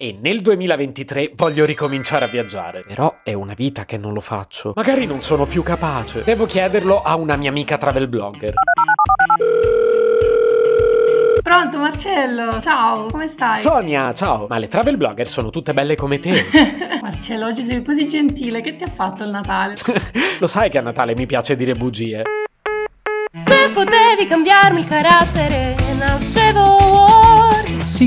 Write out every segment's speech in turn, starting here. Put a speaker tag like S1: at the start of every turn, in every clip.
S1: E nel 2023 voglio ricominciare a viaggiare. Però è una vita che non lo faccio. Magari non sono più capace. Devo chiederlo a una mia amica travel blogger.
S2: Pronto Marcello, ciao, come stai?
S1: Sonia, ciao! Ma le travel blogger sono tutte belle come te.
S2: Marcello, oggi sei così gentile, che ti ha fatto il Natale?
S1: lo sai che a Natale mi piace dire bugie.
S3: Se potevi cambiarmi il carattere, nascevo war.
S4: Si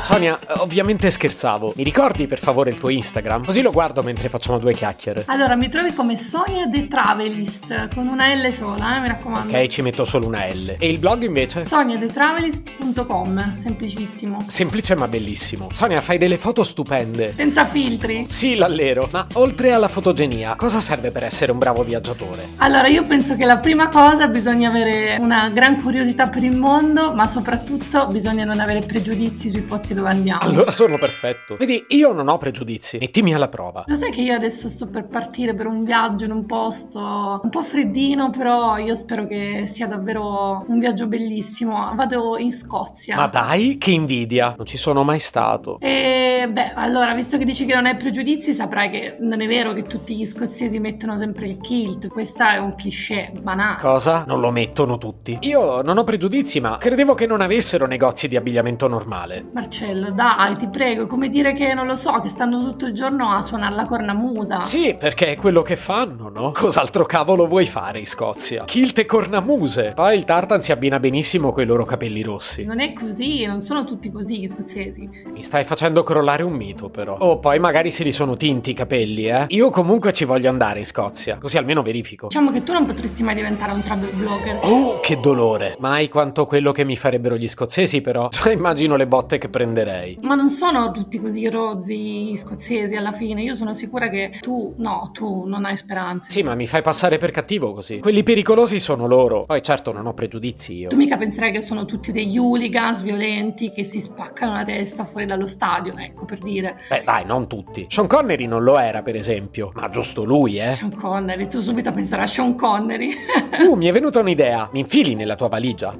S1: Sonia, ovviamente scherzavo. Mi ricordi per favore il tuo Instagram? Così lo guardo mentre facciamo due chiacchiere.
S2: Allora, mi trovi come Sonia The Travelist, con una L sola, eh, mi raccomando.
S1: Ok, ci metto solo una L. E il blog invece?
S2: SoniaTheTravelist.com, semplicissimo.
S1: Semplice ma bellissimo. Sonia, fai delle foto stupende.
S2: Senza filtri.
S1: Sì, l'allero, ma oltre alla fotogenia, cosa serve per essere un bravo viaggiatore?
S2: Allora, io penso che la prima cosa bisogna avere una gran curiosità per il mondo, ma soprattutto bisogna non avere pregiudizi sui posti dove andiamo.
S1: Allora sono perfetto. Vedi, io non ho pregiudizi, mettimi alla prova.
S2: Lo sai che io adesso sto per partire per un viaggio in un posto un po' freddino, però io spero che sia davvero un viaggio bellissimo. Vado in Scozia.
S1: Ma dai, che invidia! Non ci sono mai stato.
S2: E beh, allora, visto che dici che non hai pregiudizi, saprai che non è vero che tutti gli scozzesi mettono sempre il kilt. Questo è un cliché banale.
S1: Cosa? Non lo mettono tutti. Io non ho pregiudizi, ma credevo che non avessero negozi di abbigliamento normale.
S2: Marcello, dai, ti prego, è come dire che non lo so, che stanno tutto il giorno a suonare la cornamusa.
S1: Sì, perché è quello che fanno, no? Cos'altro cavolo vuoi fare in Scozia? Kilt e cornamuse. Poi il tartan si abbina benissimo coi loro capelli rossi.
S2: Non è così, non sono tutti così gli scozzesi.
S1: Mi stai facendo crollare un mito, però. Oh, poi magari se li sono tinti i capelli, eh? Io comunque ci voglio andare in Scozia, così almeno verifico.
S2: Diciamo che tu non potresti mai diventare un travel blogger.
S1: Oh, che dolore! Mai quanto quello che mi farebbero gli scozzesi, però. Già immagino le botte che prenderei.
S2: Ma non sono tutti così rozzi gli scozzesi alla fine. Io sono sicura che tu, no, tu non hai speranze.
S1: Sì, ma mi fai passare per cattivo così. Quelli pericolosi sono loro. Poi certo non ho pregiudizi io.
S2: Tu mica penserai che sono tutti degli hooligans violenti che si spaccano la testa fuori dallo stadio, ecco per dire.
S1: Beh, dai, non tutti. Sean Connery non lo era, per esempio. Ma giusto lui, eh.
S2: Sean Connery, tu subito penserai a Sean Connery.
S1: Uh, mi è venuta un'idea. Mi infili nella tua valigia.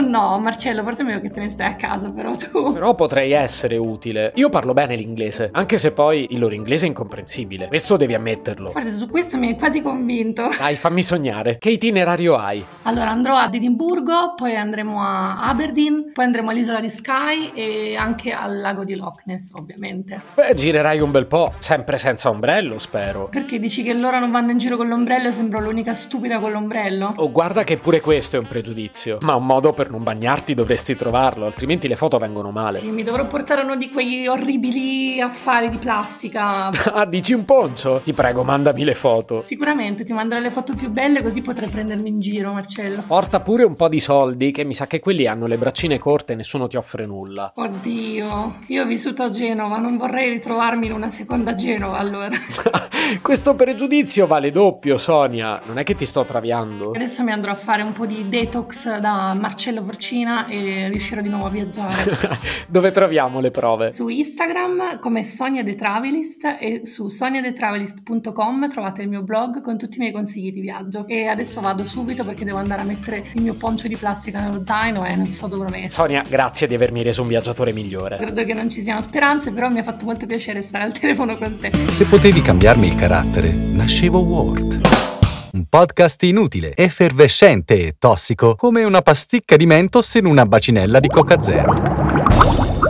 S2: no, Marcello, forse è meglio che te ne stai a casa, però tu.
S1: Però potrei essere utile. Io parlo bene l'inglese, anche se poi il loro inglese è incomprensibile. Questo devi ammetterlo.
S2: Forse su questo mi hai quasi convinto.
S1: Dai, fammi sognare. Che itinerario hai?
S2: Allora andrò ad Edimburgo, poi andremo a Aberdeen, poi andremo all'isola di Skye e anche al lago di Loch Ness, ovviamente.
S1: Beh, girerai un bel po', sempre senza ombrello, spero.
S2: Perché dici che loro non vanno in giro con l'ombrello e sembro l'unica stupida con l'ombrello?
S1: Oh, guarda che pure questo è un pregiudizio. Ma un modo per non bagnarti dovresti trovarlo, altrimenti le foto vengono male.
S2: Sì, mi dovrò portare uno di quegli orribili affari di plastica.
S1: Ah, dici un poncio? Ti prego, mandami le foto.
S2: Sicuramente ti manderò le foto più belle così potrai prendermi in giro, Marcello.
S1: Porta pure un po' di soldi, che mi sa che quelli hanno le braccine corte e nessuno ti offre nulla.
S2: Oddio, io ho vissuto a Genova, non vorrei ritrovarmi in una seconda Genova allora.
S1: Questo pregiudizio vale doppio, Sonia. Non è che ti sto traviando.
S2: Adesso mi andrò a fare un po' di detox da Marcello Forcina e riuscirò di nuovo a viaggiare.
S1: Dove troviamo le prove?
S2: su Instagram come Sonia The Travelist e su soniathetravelist.com trovate il mio blog con tutti i miei consigli di viaggio. E adesso vado subito perché devo andare a mettere il mio poncio di plastica nello zaino e non so dove lo metto.
S1: Sonia, grazie di avermi reso un viaggiatore migliore.
S2: Credo che non ci siano speranze, però mi ha fatto molto piacere stare al telefono con te.
S4: Se potevi cambiarmi il carattere, nascevo Word. Un podcast inutile, effervescente e tossico, come una pasticca di mentos in una bacinella di Coca Zero.